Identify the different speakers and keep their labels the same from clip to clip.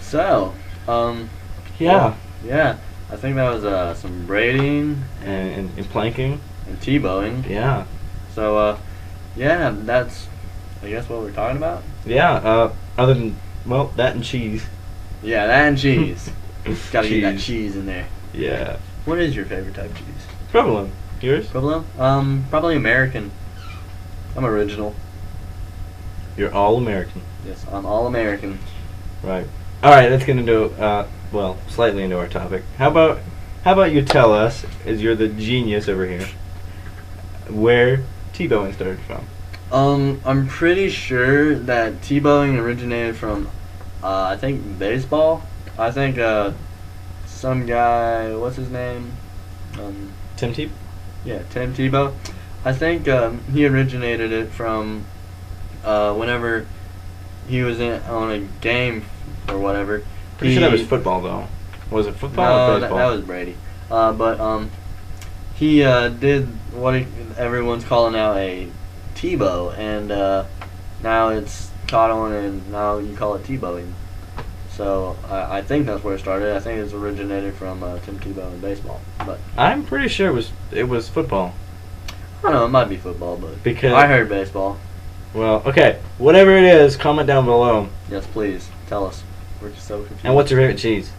Speaker 1: So, um,
Speaker 2: Yeah.
Speaker 1: yeah, I think that was uh, some braiding
Speaker 2: And, and, and planking.
Speaker 1: and T-bowing.
Speaker 2: Yeah.
Speaker 1: So, uh, yeah, that's, I guess, what we're talking about.
Speaker 2: Yeah. Uh, other than well, that and cheese.
Speaker 1: Yeah, that and cheese. Gotta get that
Speaker 2: Cheese.
Speaker 1: cheese in there.
Speaker 2: Yeah.
Speaker 1: What is your favorite type of cheese?
Speaker 2: Provolone. Yours?
Speaker 1: Provolone? Um, probably American. I'm original.
Speaker 2: You're all American.
Speaker 1: Yes, I'm all American.
Speaker 2: Right. All right. That's gonna do. Uh, well, slightly into our topic. How about how about you tell us, as you're the genius over here, where T-bowing started from?
Speaker 1: Um, I'm pretty sure that T-bowing originated from, uh, I think baseball. I think uh, some guy, what's his name? Um,
Speaker 2: Tim Tebow.
Speaker 1: yeah, Tim Tebow. I think um, he originated it from uh, whenever he was in, on a game or whatever.
Speaker 2: Pretty
Speaker 1: he,
Speaker 2: sure that was football though. Was it football
Speaker 1: No, that,
Speaker 2: or baseball?
Speaker 1: that was Brady. Uh, but um, he uh, did what he, everyone's calling now a Tebow, and uh, now it's caught on, and now you call it Tebowing. So I, I think that's where it started. I think it's originated from uh, Tim Tebow in baseball, but
Speaker 2: I'm pretty sure it was it was football.
Speaker 1: I don't know. It might be football, but
Speaker 2: Because-
Speaker 1: I heard baseball.
Speaker 2: Well, okay. Whatever it is, comment down below.
Speaker 1: Yes, please tell us. We're just so confused.
Speaker 2: And what's your favorite cheese?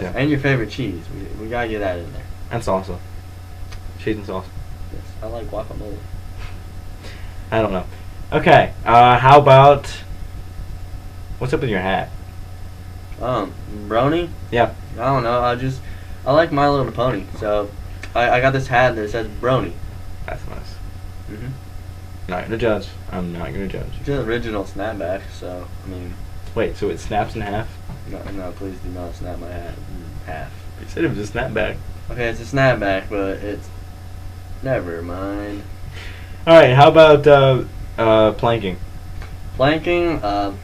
Speaker 1: Yes,
Speaker 2: too.
Speaker 1: And your favorite cheese? We, we gotta get that in there.
Speaker 2: And salsa. Cheese and salsa.
Speaker 1: Yes, I like guacamole.
Speaker 2: I don't know. Okay. Uh, how about what's up with your hat?
Speaker 1: Um, brony.
Speaker 2: Yeah.
Speaker 1: I don't know. I just I like My Little Pony, so I, I got this hat that says Brony.
Speaker 2: That's nice.
Speaker 1: Mm-hmm.
Speaker 2: Not gonna judge. I'm not gonna judge.
Speaker 1: It's an original snapback, so I mean,
Speaker 2: Wait. So it snaps in half
Speaker 1: no, no, please do not snap my hat in half.
Speaker 2: You said it was a snapback.
Speaker 1: Okay, it's a snapback, but it's never mind.
Speaker 2: All right. How about uh, uh, planking?
Speaker 1: Planking. Uh,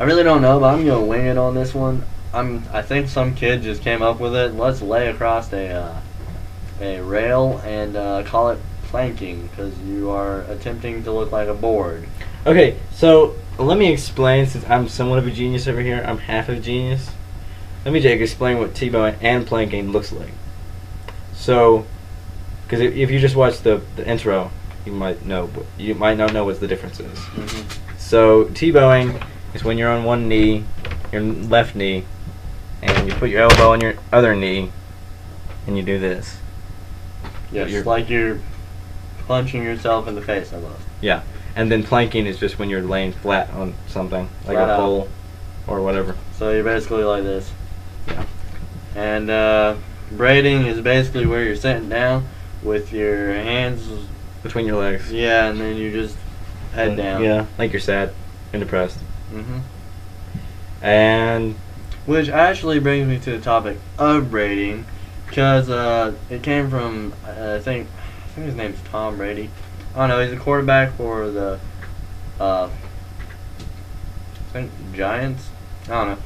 Speaker 1: I really don't know, but I'm gonna wing it on this one. I'm. I think some kid just came up with it. Let's lay across a uh, a rail and uh, call it planking because you are attempting to look like a board.
Speaker 2: Okay. So let me explain. Since I'm somewhat of a genius over here, I'm half of a genius. Let me Jake explain what T-bone and planking looks like. So, because if, if you just watch the, the intro, you might know. but You might not know what the difference is. Mm-hmm.
Speaker 1: Mhm.
Speaker 2: So T-bowing is when you're on one knee, your left knee, and you put your elbow on your other knee, and you do this.
Speaker 1: Yes,
Speaker 2: You're-
Speaker 1: like you're punching yourself in the face almost.
Speaker 2: Yeah. And then planking is just when you're laying flat on something, like
Speaker 1: Flat
Speaker 2: a
Speaker 1: out.
Speaker 2: pole or whatever.
Speaker 1: So you're basically like this.
Speaker 2: Yeah.
Speaker 1: And uh, braiding is basically where you're sitting down with your hands,
Speaker 2: Between your legs.
Speaker 1: yeah, and then you just head
Speaker 2: And-
Speaker 1: down.
Speaker 2: Yeah. Like you're sad and depressed.
Speaker 1: hmm
Speaker 2: And
Speaker 1: Which actually brings me to the topic of braiding, because uh, it came from uh, I think I think his name's Tom Brady. I don't know. He's a quarterback for the uh, I think Giants. I don't know.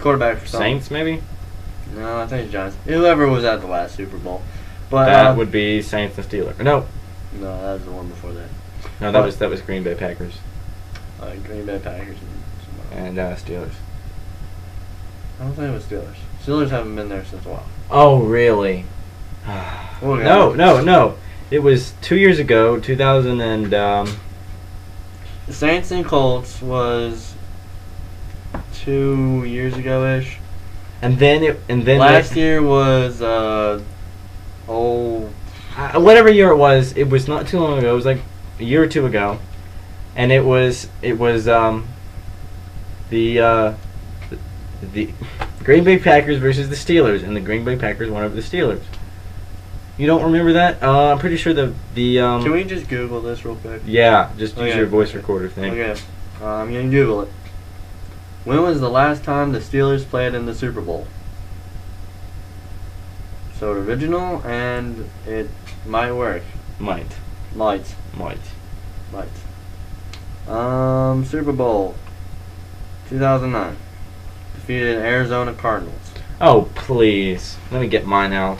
Speaker 1: Quarterback for some-
Speaker 2: Saints maybe?
Speaker 1: No, I think it's Giants. Whoever was at the last Super Bowl, but
Speaker 2: that
Speaker 1: uh,
Speaker 2: would be Saints and Steelers. No.
Speaker 1: no, that was the one before that.
Speaker 2: No, that
Speaker 1: What?
Speaker 2: was that was Green Bay Packers
Speaker 1: Uh, Green Bay Packers. And someone else.
Speaker 2: and uh, Steelers.
Speaker 1: I don't think it was Steelers. Steelers haven't been there since a while.
Speaker 2: Oh really?
Speaker 1: We'll get
Speaker 2: no,
Speaker 1: it.
Speaker 2: no, no. It was two years ago, 2000 and um,
Speaker 1: The Saints and Colts was two years ago ish.
Speaker 2: and then it and then
Speaker 1: Last
Speaker 2: it-
Speaker 1: year was uh oh
Speaker 2: uh, whatever year it was, it was not too long ago. It was like a year or two ago, and it was it was um, the uh, the Green Bay Packers versus the Steelers, and the Green Bay Packers won over the Steelers. You don't remember that? Uh, I'm pretty sure the the um,
Speaker 1: can we just Google this real quick?
Speaker 2: yeah, just use
Speaker 1: Okay.
Speaker 2: your voice recorder thing.
Speaker 1: Okay. Uh, I'm gonna Google it. When was the last time the Steelers played in the Super Bowl? So original and it might work.
Speaker 2: Might,
Speaker 1: Might.
Speaker 2: might.
Speaker 1: Might. Um Super Bowl. Two thousand nine. Defeated Arizona Cardinals.
Speaker 2: Oh please, let me get mine out.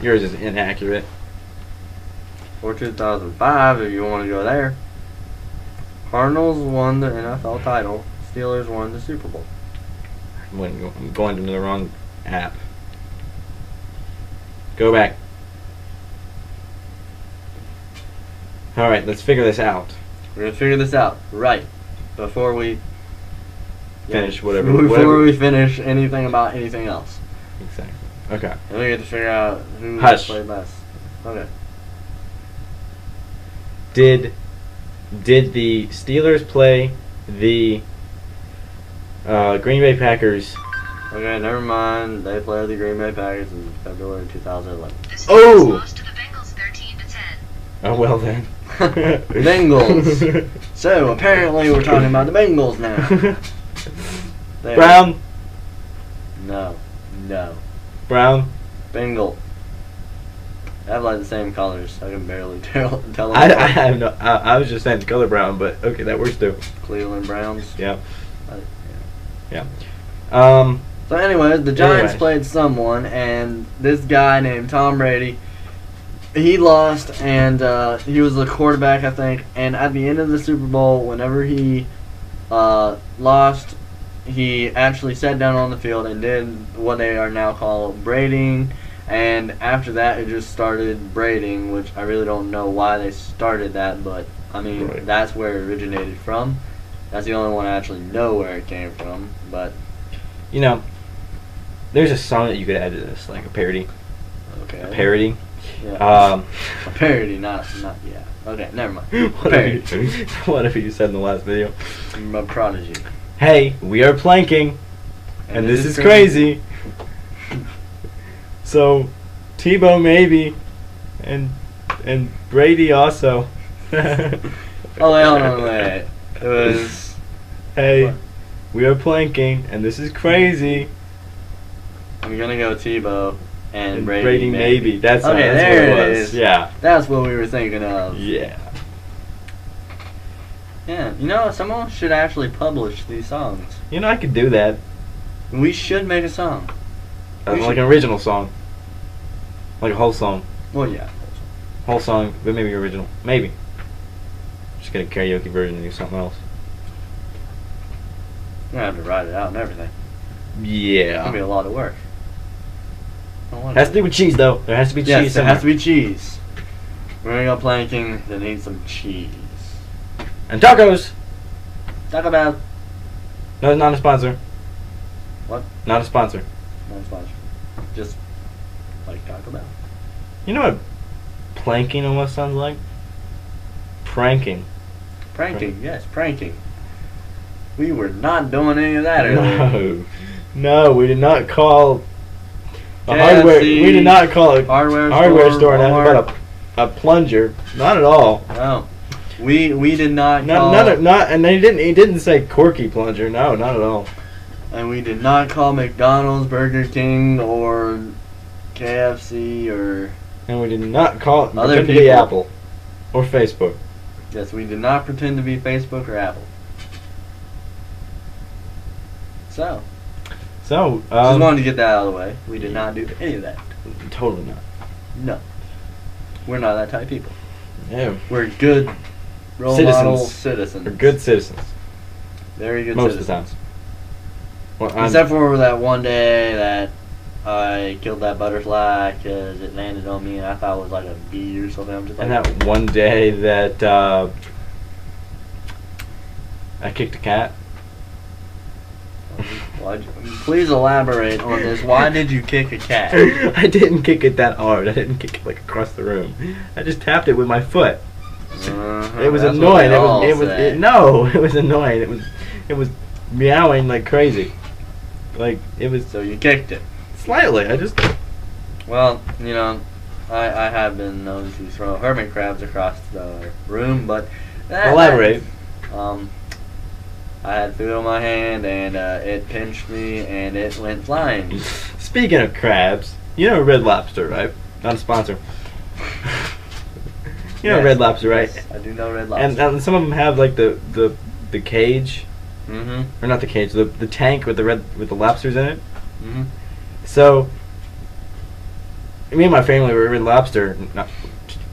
Speaker 2: Yours is inaccurate.
Speaker 1: or 2005 if you want to go there. Cardinals won the NFL title. Steelers won the Super Bowl.
Speaker 2: when I'm going to the wrong app. Go back. All right, let's figure this out.
Speaker 1: We're gonna figure this out right before we
Speaker 2: Finish whatever-
Speaker 1: Before
Speaker 2: whatever-
Speaker 1: we finish anything about anything else,
Speaker 2: Exactly. Okay.
Speaker 1: and we get to figure out who
Speaker 2: Hush.
Speaker 1: played best. Okay.
Speaker 2: Did did the Steelers play the uh, Green Bay Packers?
Speaker 1: Okay. Never mind. They played the Green Bay Packers in February 2011.
Speaker 2: Oh!
Speaker 3: Lost to the Bengals 13 to 10.
Speaker 2: Oh well then.
Speaker 1: Bengals. So apparently we're talking about the Bengals now. They-
Speaker 2: Brown.
Speaker 1: No. No.
Speaker 2: Brown.
Speaker 1: Bengal. I have like the same colors. I can barely tell. tell them
Speaker 2: I, I
Speaker 1: apart.
Speaker 2: have no. I, I was just saying the color brown, but okay, that works too.
Speaker 1: Cleveland Browns.
Speaker 2: Yeah.
Speaker 1: I- yeah.
Speaker 2: Yeah. Um.
Speaker 1: So, anyways, the Giants
Speaker 2: Anyways.
Speaker 1: played someone, and this guy named Tom Brady, he lost, and uh, he was the quarterback, I think. And at the end of the Super Bowl, whenever he uh, lost, he actually sat down on the field and did what they are now called braiding. And after that, it just started braiding, which I really don't know why they started that, but I mean,
Speaker 2: Right.
Speaker 1: that's where it originated from. That's the only one I actually know where it came from, but
Speaker 2: You know, there's a song that you could add to this, like a parody.
Speaker 1: okay.
Speaker 2: A parody.
Speaker 1: Yeah.
Speaker 2: Um.
Speaker 1: A parody, not not yeah. Okay, never mind. Parody.
Speaker 2: Whatever you, whatever you said in the last video.
Speaker 1: A prodigy.
Speaker 2: Hey, we are planking, and, this, is crazy. so, Tebow maybe, and and Brady also. oh wait,
Speaker 1: Oh wait, hold on, wait. It was
Speaker 2: Hey, we are planking, and this is crazy.
Speaker 1: I'm gonna go Tebow and,
Speaker 2: And
Speaker 1: Brady,
Speaker 2: Brady
Speaker 1: maybe.
Speaker 2: maybe. That's,
Speaker 1: okay.
Speaker 2: that's
Speaker 1: there
Speaker 2: what it was.
Speaker 1: is.
Speaker 2: Yeah.
Speaker 1: That's what we were thinking of.
Speaker 2: Yeah.
Speaker 1: Yeah. You know, someone should actually publish these songs.
Speaker 2: You know I could do that.
Speaker 1: We should make a song.
Speaker 2: Uh,
Speaker 1: We
Speaker 2: like
Speaker 1: should-
Speaker 2: an original song. Like a whole song.
Speaker 1: Well, yeah.
Speaker 2: Whole song, but maybe original. Maybe. Just get a karaoke version and do something else.
Speaker 1: We're gonna have to write it out and everything. It's gonna be
Speaker 2: Yeah.
Speaker 1: a lot of work. I don't wanna
Speaker 2: Has to
Speaker 1: do
Speaker 2: do with cheese though. There has to be
Speaker 1: yes,
Speaker 2: cheese.
Speaker 1: it
Speaker 2: somewhere.
Speaker 1: has to be cheese. We're gonna go planking. They need some cheese.
Speaker 2: And tacos.
Speaker 1: Talk about
Speaker 2: No, not a sponsor.
Speaker 1: What?
Speaker 2: Not a sponsor.
Speaker 1: not sponsored. Just like Taco Bell.
Speaker 2: You know what planking almost sounds like? Pranking.
Speaker 1: Pranking, yes, pranking. We were not doing any of that earlier.
Speaker 2: No. No, we did not call a
Speaker 1: KFC,
Speaker 2: hardware. We did not call a
Speaker 1: hardware
Speaker 2: hardware
Speaker 1: store,
Speaker 2: store and ask
Speaker 1: Walmart.
Speaker 2: about a, a plunger. Not at all.
Speaker 1: No, we we did not
Speaker 2: Not,
Speaker 1: call,
Speaker 2: not, a- not, and they didn't. He didn't say corky plunger. No, not at all.
Speaker 1: and we did not call McDonald's, Burger King, or KFC, or
Speaker 2: And we did not call it
Speaker 1: Other
Speaker 2: pretend to be
Speaker 1: people.
Speaker 2: Apple or Facebook.
Speaker 1: yes, we did not pretend to be Facebook or Apple. So,
Speaker 2: So,
Speaker 1: just
Speaker 2: um,
Speaker 1: wanted to get that out of the way. We did not do any of that.
Speaker 2: totally not.
Speaker 1: No, we're not that type of people.
Speaker 2: Yeah,
Speaker 1: We're good role
Speaker 2: Citizens.
Speaker 1: model citizens.
Speaker 2: we're good citizens
Speaker 1: Very good
Speaker 2: most of the Um,
Speaker 1: citizens.
Speaker 2: time. Well, I'm-
Speaker 1: Except for that one day that I killed that butterfly because it landed on me and I thought it was like a bee or something. I'm just like,
Speaker 2: and that one day that uh, I kicked a cat.
Speaker 1: Why'd you- please elaborate on this. Why did you kick a cat?
Speaker 2: I didn't kick it that hard. I didn't kick it like across the room. I just tapped it with my foot.
Speaker 1: Uh-huh,
Speaker 2: It was
Speaker 1: that's what
Speaker 2: annoying.
Speaker 1: they
Speaker 2: It
Speaker 1: all
Speaker 2: was. It was.
Speaker 1: say.
Speaker 2: It, no, it was annoying. It was. It was meowing like crazy. Like it was
Speaker 1: So you kicked it.
Speaker 2: slightly. I just.
Speaker 1: Well, you know, I, I have been known to throw hermit crabs across the room, but that-
Speaker 2: Elaborate.
Speaker 1: Um, I had food on my hand and uh, it pinched me and it went flying.
Speaker 2: Speaking of crabs, you know Red Lobster, right? Not a sponsor. you know
Speaker 1: Yes,
Speaker 2: Red Lobster, right?
Speaker 1: yes, I do know red
Speaker 2: And, um,
Speaker 1: lobster.
Speaker 2: and some of them have like the the the cage
Speaker 1: mm-hmm.
Speaker 2: or not the cage, the the tank with the red with the lobsters in it.
Speaker 1: Mm-hmm.
Speaker 2: So, me and my family were in Lobster not,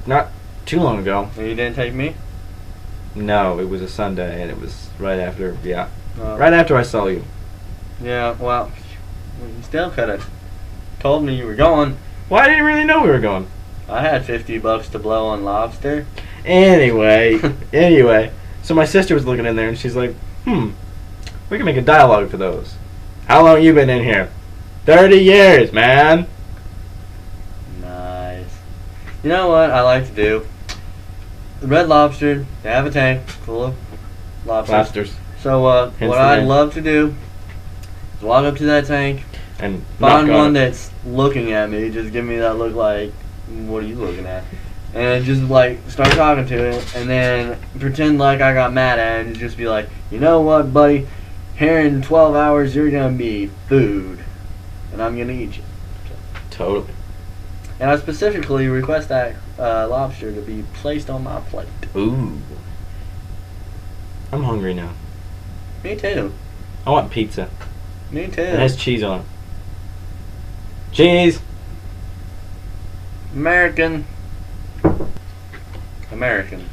Speaker 2: not too long ago.
Speaker 1: You didn't take me?
Speaker 2: No, it was a Sunday, and it was right after, yeah,
Speaker 1: No.
Speaker 2: right after I saw you.
Speaker 1: Uh, Yeah, well, you still could have told me you were going.
Speaker 2: Well, I didn't really know we were going.
Speaker 1: I had 50 bucks to blow on lobster.
Speaker 2: Anyway, anyway, so my sister was looking in there and she's like, hmm, we can make a dialogue for those. How long you been in here? 30 years, man.
Speaker 1: Nice. You know what I like to do? The Red Lobster, they have a tank full of lobsters.
Speaker 2: Lobsters.
Speaker 1: So uh,
Speaker 2: Hence
Speaker 1: what
Speaker 2: the
Speaker 1: I
Speaker 2: name.
Speaker 1: love to do is walk up to that tank,
Speaker 2: And
Speaker 1: find
Speaker 2: knock on
Speaker 1: one
Speaker 2: it.
Speaker 1: that's looking at me, just give me that look like, what are you looking at? And just like start talking to it, and then pretend like I got mad at it, and just be like, you know what, buddy? Here in 12 hours, you're gonna be food, and I'm gonna eat you.
Speaker 2: Totally.
Speaker 1: And I specifically request that uh, lobster to be placed on my plate.
Speaker 2: Ooh. I'm hungry now.
Speaker 1: Me too.
Speaker 2: I want pizza.
Speaker 1: Me too.
Speaker 2: It has cheese on it. Cheese!
Speaker 1: American. American.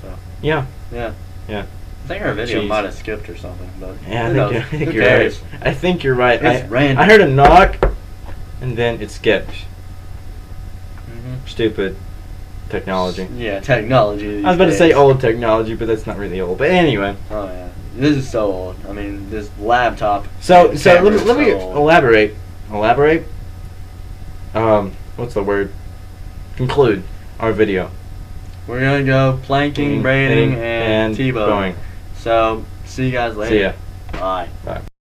Speaker 1: So
Speaker 2: Yeah.
Speaker 1: yeah.
Speaker 2: Yeah.
Speaker 1: I think our video
Speaker 2: Jeez.
Speaker 1: might have skipped or something, but
Speaker 2: Yeah,
Speaker 1: who
Speaker 2: I
Speaker 1: knows?
Speaker 2: think, you're, I think
Speaker 1: Who
Speaker 2: you're
Speaker 1: cares?
Speaker 2: right. I think you're right.
Speaker 1: It's
Speaker 2: I,
Speaker 1: random.
Speaker 2: I heard a knock, and then it skipped.
Speaker 1: Mhm.
Speaker 2: Stupid technology.
Speaker 1: Yeah, technology. these
Speaker 2: I was about to say
Speaker 1: days.
Speaker 2: old technology, but that's not really old. But anyway,
Speaker 1: Oh yeah, this is so old. I mean, this laptop.
Speaker 2: so
Speaker 1: and
Speaker 2: so let me,
Speaker 1: camera's
Speaker 2: let me
Speaker 1: so old.
Speaker 2: elaborate. Elaborate. Um, what's the word? Conclude our video.
Speaker 1: We're gonna go planking, braiding, and,
Speaker 2: Mm-hmm. and
Speaker 1: T-bowing.
Speaker 2: Boeing.
Speaker 1: So see you guys later.
Speaker 2: See ya.
Speaker 1: Bye.